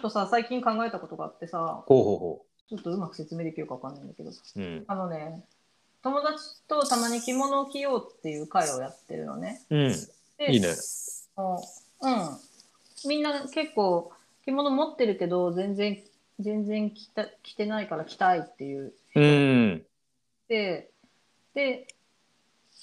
ょっとさ、最近考えたことがあってさ、ほうほうほちょっとうまく説明できるかわかんないんだけど、う。うん。あのね、友達とたまに着物を着ようっていう会をやってるのね。うん。でいいね。あのうん。みんな結構着物持ってるけど、全然、全然着た着てないから着たいっていう。うん。で、で、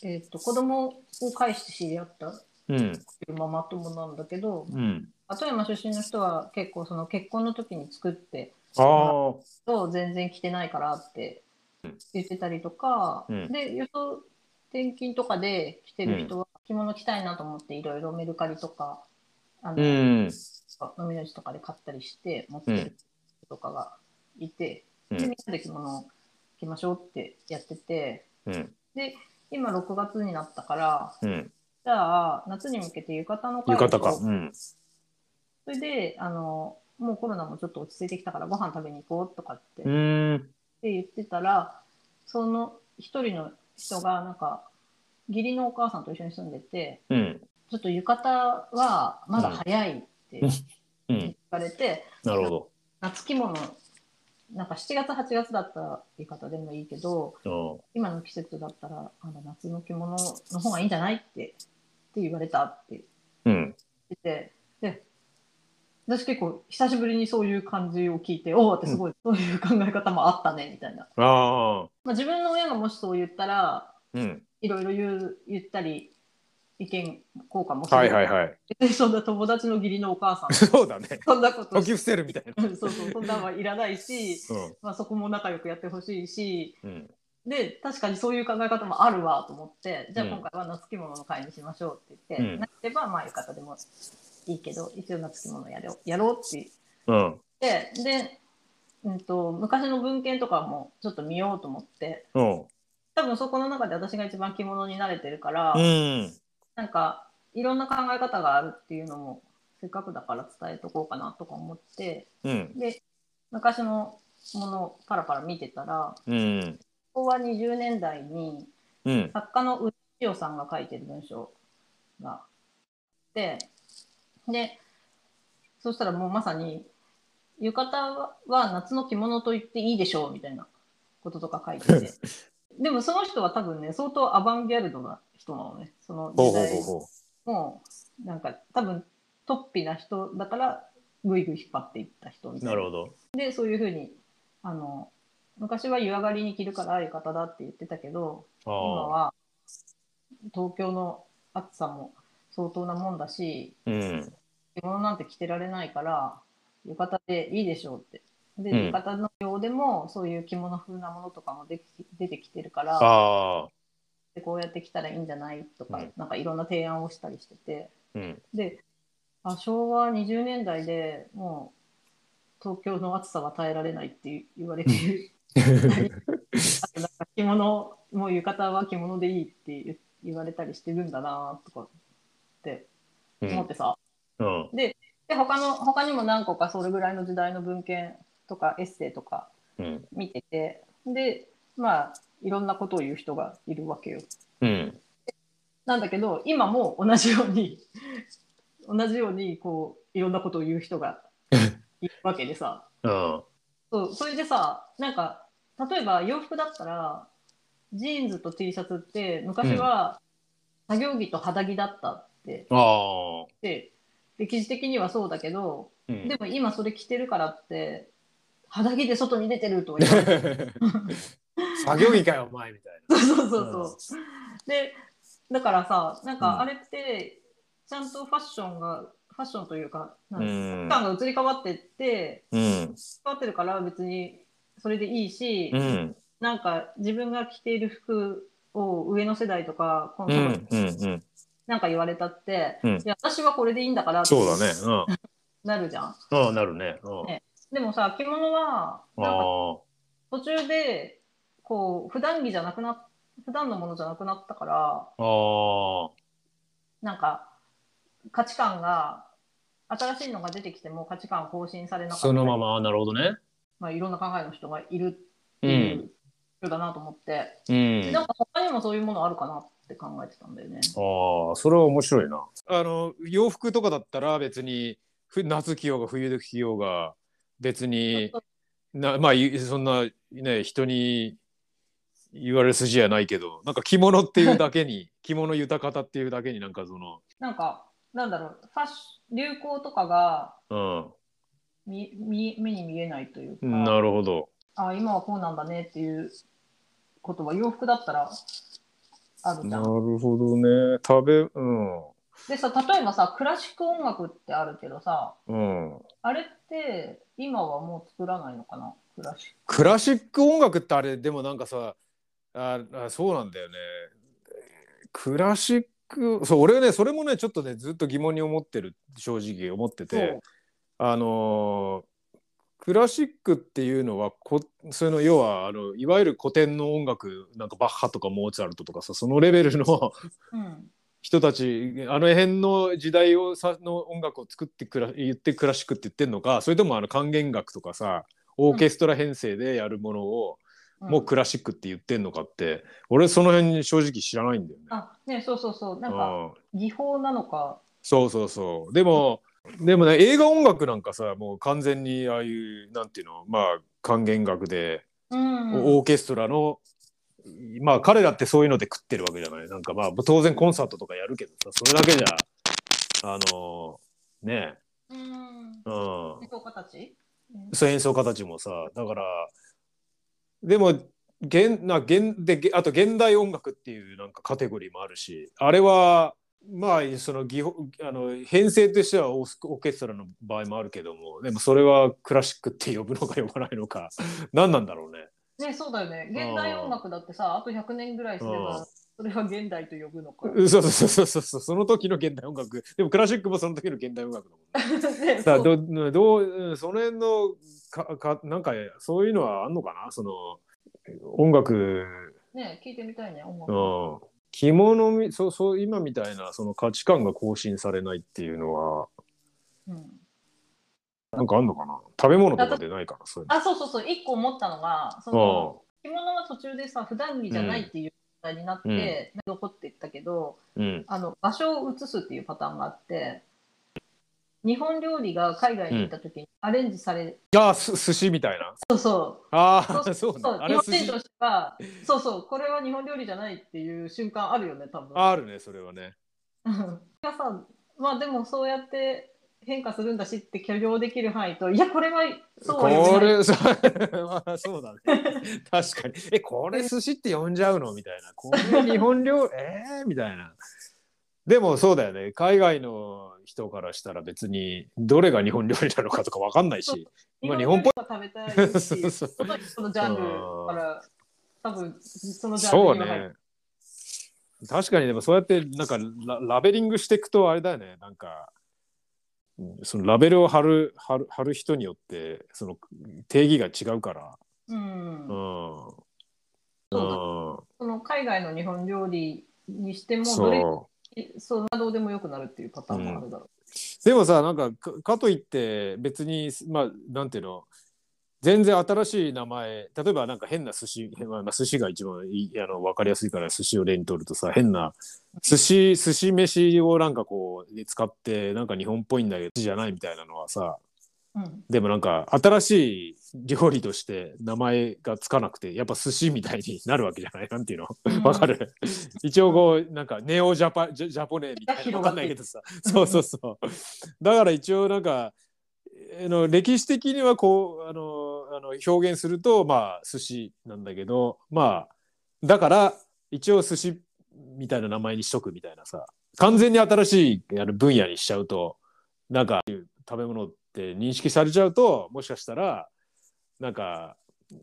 えっ、と、子供を介して知り合ったってうん。いうママ友なんだけど、うん。富山出身の人は結構その結婚の時に作って、ああ。と全然着てないからって言ってたりとか、うんで予想転勤とかで着てる人は着物着たいなと思っていろいろメルカリとかあうの、ん。飲みの市とかで買ったりして持ってる人とかがいて、うんでみんなで着物着ましょうってやっててうん。で今6月になったからうん。じゃあ夏に向けて浴衣の会浴を衣か。うん。それであのもうコロナもちょっと落ち着いてきたからご飯食べに行こうとかってうん。って言ってたらその一人の人がなんか義理のお母さんと一緒に住んでてうん。ちょっと浴衣はまだ早いってうんう言ん。われて、なるほ夏着物なんか7月8月だったら浴衣でもいいけどど。今の季節だったらあの夏の着物の方がいいんじゃないってって言われたってうん。うん。言っててで私結構久しぶりにそういう感じを聞いておおってすごい、そういう考え方もあったねみたいな、ああ。まあ、自分の親がもしそう言ったらうん。いろいろ言う言ったり意見交換もする、はいはいはい。別に そんな友達の義理のお母さん そうだね。そんなこと解き伏せるみたいな。うんそうそうそんなんはいらないし、まあ、そこも仲良くやってほしいしうん。うん。で確かにそういう考え方もあるわと思ってじゃあうん今回は夏着物の会にしましょうって言って、うんなければまあ浴衣でもいいけど一応夏着物やろうやろうってうん。言ってで、うん、と昔の文献とかもちょっと見ようと思ってうん。多分そこの中で私が一番着物に慣れてるから。うん。なんかいろんな考え方があるっていうのもせっかくだから伝えとこうかなとか思ってうん。で昔のものをパラパラ見てたらうん。昭和20年代にうん。作家の内代さんが書いてる文章があってでそしたらもうまさに浴衣は夏の着物と言っていいでしょうみたいなこととか書いて てでもその人は多分ね相当アバンギャルドな人なのねそのほうほう時代ほうほもうなんか多分トッピな人だからぐいぐい引っ張っていった人みう。たないるなほど。でそういうふうにあの昔は湯上がりに着るから浴衣だって言ってたけど今ああ。は東京の暑さも相当なもんだしうん。着物なんて着てられないから浴衣でいいでしょうってで、うん浴衣の用でもそういう着物風なものとかもでき出てきてるからああ。でこうやって着たらいいんじゃないとか、うんなんかいろんな提案をしたりしてて。うん。であ昭和20年代でもう東京の暑さは耐えられないって言われてるあとなんか 着物もう浴衣は着物でいいって言言われたりしてるんだなとかってう思っん。てさ、うん。で他の他にも何個かそれぐらいの時代の文献とかエッセイとかうん。見ててでまあいろんなことを言う人がいるわけよ。うん。なんだけど今も同じように同じようにこういろんなことを言う人がいるわけでさうん。そうそれでさなんか例えば洋服だったらジーンズと T シャツって昔は作業着と肌着だったってああ。で歴史的にはそうだけどうんでも今それ着てるからって肌着で外に出てるとは言わない 作業着かよお前みたいそうそうそうそうでだからさなんかあれってちゃんとファッションがファッションというかなんかうん期間が移り変わってってな。うん。変わってるから別にそれでいいし、うん。なんか自分が着ている服を上の世代とか今う度ん。うん。なんか言われたって、うんいや私はこれでいいんだからってそうだね。うなるじゃん。ん。ああ、なるね。うん。ねでもさ着物はなんかあ途中でこう普段着じゃなくなっ普段のものじゃなくなったからあ。ああ。なんか価値観が新しいのが出てきても価値観更新されなかったりそのまま、なるほどね。まあ、いろんな考えの人がいるってういん。う人だなと思って、うん。なあんか他にもそういうものあるかなって考えてたんだよね。あ、それは面白いな。あの、洋服とかだったら別に、ふ夏着ようが冬で着ようが別にそうなまあいそんなね人に言われる筋やないけどなんか着物っていうだけ に着物豊かたっていうだけになんかそのなんか、なんだろう、ファッシ流行とかがうん。見見目に見えないというか、なるほど。あ今はこうなんだねっていうことは洋服だったらあるじゃん。るほどね食べうんでさ例えばさクラシック音楽ってあるけどさうんあれって今はもう作らないのかなクラシックラシック音楽ってあれでもなんかさああそうなんだよねクラシックそう俺ねそれもねちょっとねずっと疑問に思ってる正直思ってク。そてうあのークラシックっていうのはこその要はあのいわゆる古典の音楽なんかバッハとかモーツァルトとかさそのレベルの うん人たちあの辺の時代をさの音楽を作ってくら言ってクラシックって言ってんのかそれともあの管弦楽とかさオーケストラ編成でやるものを、うんもうクラシックって言ってんのかって俺その辺正直知らないんだよね。あねそうそうそうなんかうん技法なのかそうそうそう。でも、でもね、映画音楽なんかさ、もう完全にああいう、なんていうの、まあ、管弦楽で、うんオーケストラの、まあ、彼らってそういうので食ってるわけじゃない。なんかまあ、当然コンサートとかやるけどさ、それだけじゃ、あのーねうんえ、うん。演奏家たちそう演奏家たちもさだからでも現な現でげあと現代音楽っていうなんかカテゴリーもあるしあれはまあその技法あの編成としてはオースオーケストラの場合もあるけどもでもそれはクラシックって呼ぶのか呼ばないのか何なんだろうね。ねそうだよね現代音楽だってさあと100年ぐらいすれうんばそれは現代と呼ぶのか。 うそうそうそうそうそうその時の現代音楽でもクラシックもその時の現代音楽だもんね。ねさあそうどどううんその辺のかかなんかそういうのはあんのかなその音楽ね聞いてみたいね音楽。うん着物みそうそう今みたいなその価値観が更新されないっていうのはうんなんかあんのかな食べ物とかでないからそういうあ、そうそうそう、一個思ったのが、その着物は途中でさ、普段着じゃないっていう状態になって、残っていったけど、の、あの場所を移すっていうパターンがあって、日本料理が海外に行った時にアレンジされ、うん、あす寿司みたいなそうそあうあそうう、ねそうあ日れ本寿人司としては、そうそう、これは日本料理じゃないっていう瞬間あるよね、多分。あるねそれはねうんがさまあでもそうやって変化するんだしって許容できる範囲と、いや、これはそうはこよねれ そうまあそうだね確かにえこれ寿司って呼んじゃうのみたいなこれ日本料 えー、みたいなでもそうだよね海外の人からしたら別にどれが日本料理なのかとかわかんないしまあ日日本っ本っぽぽい食べたいしそうそうそのジャンルから多分そのジャそンルうには入るね。確かにでもそうやってなんかララベリングしていくとあれだよねなんかうんそのラベルを貼る貼る貼る人によってその定義が違うから。うんうん。その海外の日本料理にしてうんもどれそう。そうどうでもよくなるっていうパターンもあるだろでもさなんかかかといって別にまあなんていうの全然新しい名前例えばなんか変な寿司、まあ、まあ寿司が一番いいあの分かりやすいから寿司を例にとるとさ変な寿司寿司飯をなんかこう使ってなんか日本っぽいんだけどじゃないみたいなのはさう、うんでもなんか新しい料理として名前がつかなくてやっぱ寿司みたいになるわけじゃないなんていうのうんわかる一応こうなんかネオジャパジャジャポネみたいなわ広かがんっなていいけくどさそうそうそうだから一応なんかあの歴史的にはこうあのあの表現するとまあ寿司なんだけどまあだから一応寿司みたいな名前にしとくみたいなさ完全に新しいあの分野にしちゃうとなんか食べ物って認識されちゃうともしかしたらなんかえ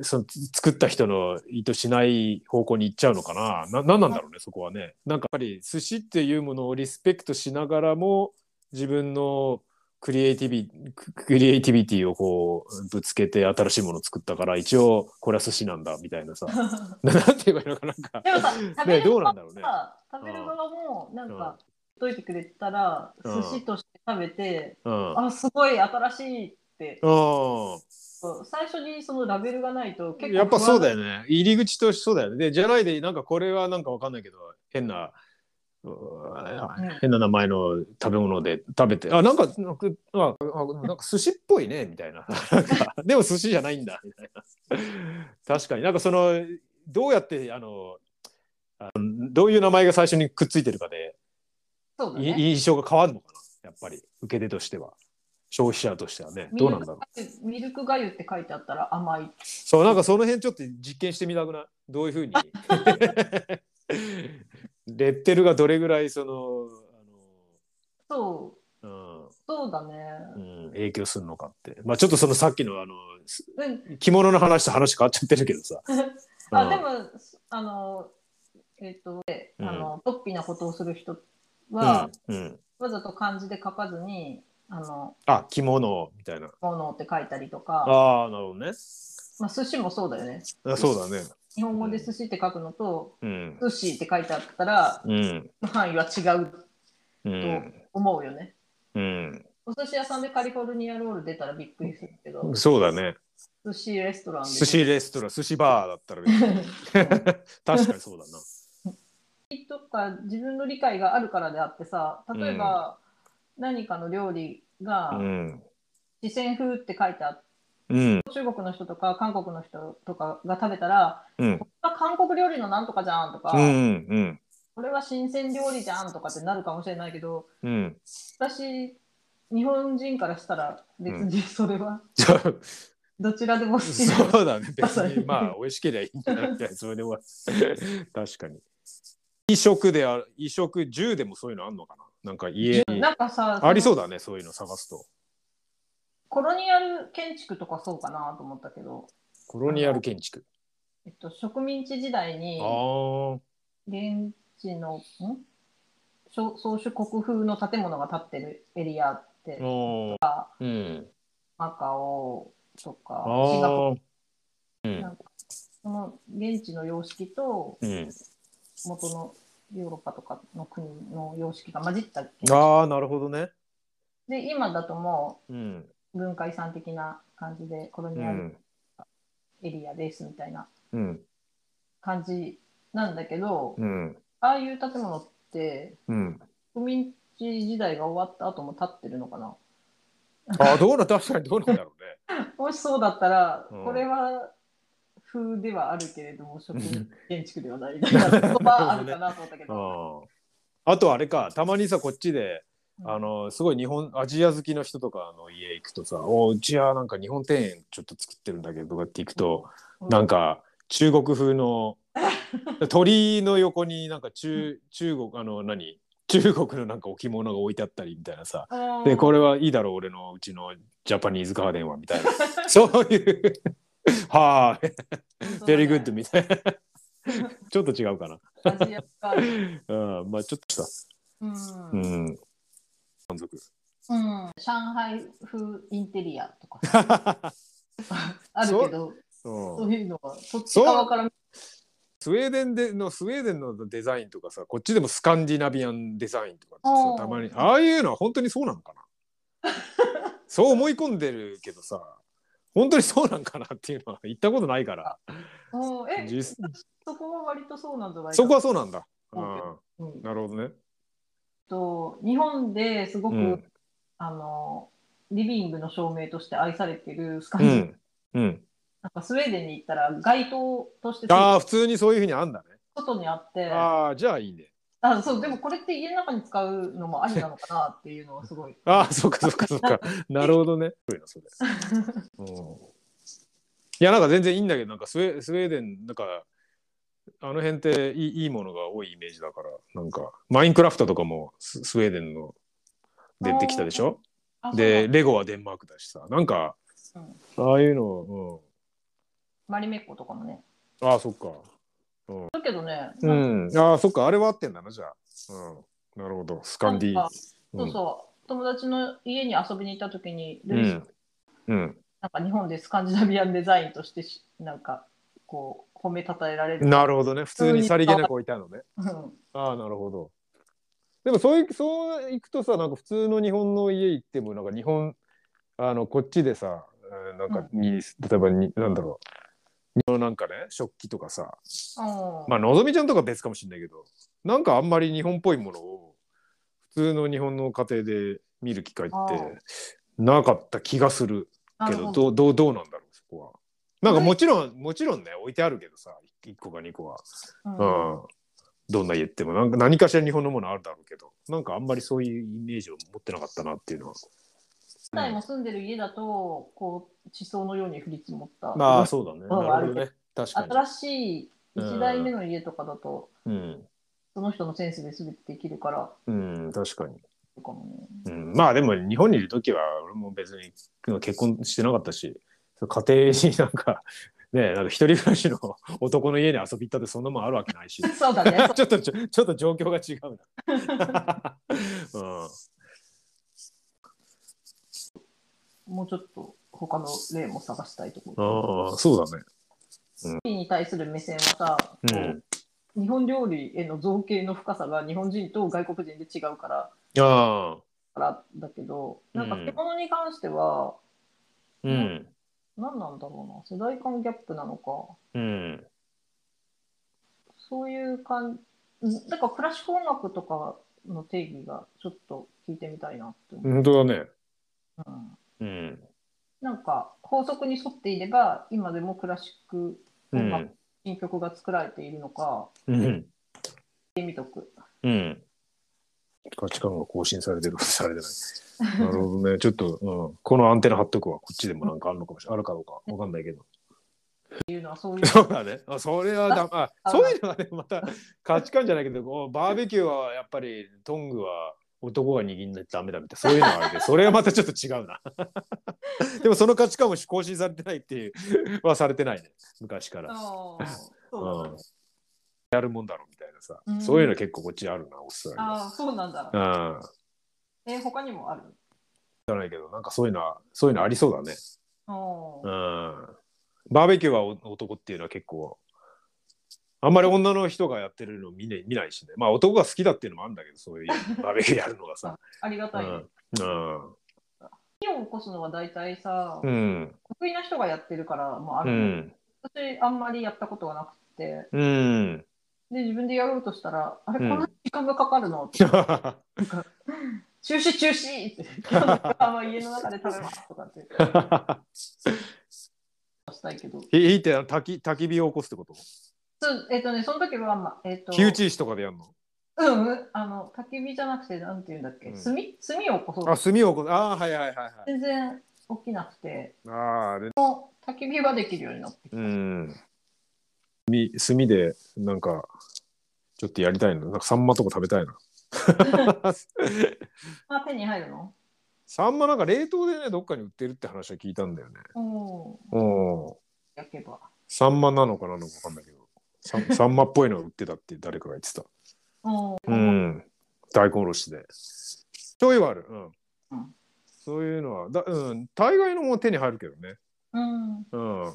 ーそのつ作った人の意図しない方向に行っちゃうのかなな何なんだろうねそこはねなんかやっぱり寿司っていうものをリスペクトしながらも自分のクリエイティビククリエイティビティをこうぶつけて新しいものを作ったから一応これは寿司なんだみたいなさ ななんて言えばいいのかなんかでもさ食べ ねるどう側なんもだろうねさ、食べる側もなんか解いてくれたらうん寿司として食べて、うんあすごい新しいってうん最初にそのラベルがないと結構やっぱそうだよよね。入り口としてそうだよね。で、じゃないで、なんかこれはなんかわかんないけど、変な、うわ変な名前の食べ物で食べて、あ、なんか、なんか、ああなんか寿司っぽいね、みたいな。なんかでも寿司じゃないんだ、みたいな。確かになんかその、どうやって、あの、あのどういう名前が最初にくっついてるかで、そうだいね。印象が変わるのかな、やっぱり、受け手としては。消費者としてはね、ミどうルなんクだろう。粥ミルクがゆって書いてあったら甘い。そう、なんかその辺ちょっと実験してみたくないどういうふ うに。レッテルがどれぐらいその、そう、あの、そうだね。うん、うん、影響するのかって。まあちょっとそのさっきのあの、すうん着物の話と話変わっちゃってるけどさ。う あんでも、あの、えっ、と、うあんの、突飛なことをする人は、うん、うん。わざと漢字で書かずに、あの、あ、着物みたいな。ものって書いたりとか、ああ、なるほどね。まあ、寿司もそうだよね。あそうだね。日本語で寿司って書くのと、うん。寿司って書いてあったら、うん。範囲は違ううとん。思うよね。うん。お寿司屋さんでカリフォルニアロール出たらびっくりするけど、そうだね。寿司レストランで。寿司レストラン、寿司バーだったら別に 確かにそうだな。とか自分の理解があるからであってさ例えば何かの料理がうん。四川風って書いてあって、うん。中国の人とか韓国の人とかが食べたらうん。これは韓国料理のなんとかじゃんとか、うん。うん。これは新鮮料理じゃんとかってなるかもしれないけどうん。私日本人からしたら別にそれはじゃあどちらでも好きな、そうだね。別そうに まあ美味しければいいんじゃないみたいなそれで終わる確かに。衣食である衣食住でもそういうのあんのかな。なんか家 になんかさありそうだだね。そういうの探すと。コロニアル建築とかそうかなと思ったけど、コロニアル建築。えっと、植民地時代にああ。現地のんしょ宗主国風の建物が建ってるエリアっておうん。マカオとかあシンガポーあル。その現地の様式とうん。元のヨーロッパとかの国の様式が混じったああ、なるほどね。で今だともうん。う文化遺産的な感じでコロうニアルん。エリアですみたいなうん。感じなんだけど、うん。ああいう建物ってうん。植民地時代が終わった後も建ってるのかなああ、どうな、確かにどうなんだろうね。もしそうだったら、うんこれは風ではあるけれども、植 民建築ではないみたいな言葉あるかなと思ったけど、あああとあれかたまにさこっちでうんあのすごい日本アジア好きの人とかの家行くとさ「おうちはなんか日本庭園ちょっと作ってるんだけど」とかって行くと、なんか、か中国 風の鳥居の横になんか中中国あの何中国のなんか置物が置いてあったりみたいなさうんでこれはいいだろう俺のうちのジャパニーズガーデンはみたい なそういう「はあベリーグッド」。みたいなちょっと違うかな。本当だねアジアがあるうん、まあちょっとさうんううんん。満足。上海風インテリアとか あるけど、そういうのは、そっち側から見スウェーデンでのスウェーデンのデザインとかさ、こっちでもスカンディナビアンデザインとかっておさーたまに、ああいうのは本当にそうなのかなそう思い込んでるけどさ、本当にそうなんかなっていうのは行ったことないから、うんえ、実そこは割とそうなんじゃないかそこはそうなんだ。そうだあうんあ、なるほどね。と日本ですごく、うんあのリビングの照明として愛されてるスカンうジ、ん。うん。なんかスウェーデンに行ったら街灯としてああ、普通にそういうふうにあんだね。外にあってあああ、じゃあいいね。そうでもこれって家の中に使うのもありなのかなっていうのはすごいああ、そっかそっかそっ か。なるほどね。そういうのそれ。うんいやなんか全然いいんだけどなんかスウェスウェーデンなんかあの辺っていいいいものが多いイメージだからなんかマインクラフトとかもススウェーデンの出てきたでしょあでそうレゴはデンマークだしさなんかだうんああいうの、マリメッコとかもねうん、ああそっかだけどね、うんああそっかあれは合ってんだなじゃあ、うん、なるほどスカンディなんかうそうんそう友達の家に遊びに行った時にうルイス、んうんなんか日本でスカンジナビアンデザインとしてしなんかこう褒めたたえられるなるほどね普通にさりげなく置いてあるのねうんああ、なるほど。でもそういう、そういくとさ、なんか普通の日本の家行っても、なんか日本、あの、こっちでさ、えーなんかに、例えばに、なんだろなんかね食器とかさおーまあのぞみちゃんとか別かもしれないけどなんかあんまり日本っぽいものを普通の日本の家庭で見る機会ってあなかった気がするなけるどほどうどうどうなんだろうそこは。なんかもちろんもちろんね置いてあるけどさ1個か2個は、うんうんどんな家行ってもなんか何かしら日本のものあるだろうけどなんかあんまりそういうイメージを持ってなかったなっていうのは。自体も住んでる家だと、こう、地層のように降り積もった。まあそうだね。まあなるほどね。確かに。新しい1代目の家とかだと、うん、その人のセンスで全てできるから、うん、確かに。とかもね。うん、まあでも日本にいる時は俺も別に結婚してなかったしその家庭になんか ねなんか一人暮らしの男の家に遊び行ったってそんなもんあるわけな いしそうだ ね。ちょっとちょちょっと状況が違うな、 うん、もうちょっと他の例も探したいところ。ああそうだね料理に対する目線はさ、こう日本料理への造形の深さが日本人と外国人で違うから、うんああからだけど、なんかうん漬物に関しては、うん。何なんだろうな、世代間ギャップなのか、うん。そういう感じ、だからクラシック音楽とかの定義がちょっと聞いてみたいなって思う。本当だねううんん。なんか法則に沿っていれば今でもクラシックう音楽ん。新曲が作られているのか、うん。見とく。うん。価値観が更新されてるされてないなるほどねちょっと、うん、このアンテナ張っとくわこっちでもなんかあるのかもしれないあるかどうかわかんないけどっていうのはそういうそうだね。あそれはだああそういうのはねまた価値観じゃないけどこうバーベキューはやっぱりトングは男が握んないとダメだみたいなそういうのはあるけどそれはまたちょっと違うな。 でもその価値観も更新されてないっていうはされてないね昔から。あーうそうだん、やるもんだろみたいなさ、うんそういうの結構こっちあるなオーストラあーそうなんだリ。ア。うんえ他にもあるじゃないけどなんかそういうのはそういうのありそうだね。あうーんバーベキューはお男っていうのは結構あんまり女の人がやってるの見,、ね、見ないしねまあ男が好きだっていうのもあるんだけどそういうバーベキューやるのがさ。ありがたい、ねうん火を起こすのは大体さ、うん得意な人がやってるからもあうる、ん私あんまりやったことがなくてうんで自分でやろうとしたらあれこうんんな時間がかかるの、って中止中止って 今日のご飯は家の中で食べますとか ってしたいけど火いって焚き焚き火を起こすってことそうえっ、とねその時は、まあえっと火打ち石とかでやるのうんうんあの焚き火じゃなくてなんて言うんだっけ、うん炭炭を起こそうあ炭を起こすああはいはいはいはい全然起きなくてあああれもう焚き火はできるようになってうん炭炭でなんかちょっとやりたいななんかサンマとか食べたいなあ手に入るのサンマなんか冷凍でねどっかに売ってるって話は聞いたんだよね。おーうん。焼けばサンマなのかなのかわかんないけどサン、サンマっぽいのを売ってたって誰かが言ってた。おーうん。大根おろしで。醤油はある。ううんん。そういうのは、だうん、大概のも手に入るけどね。うんうん。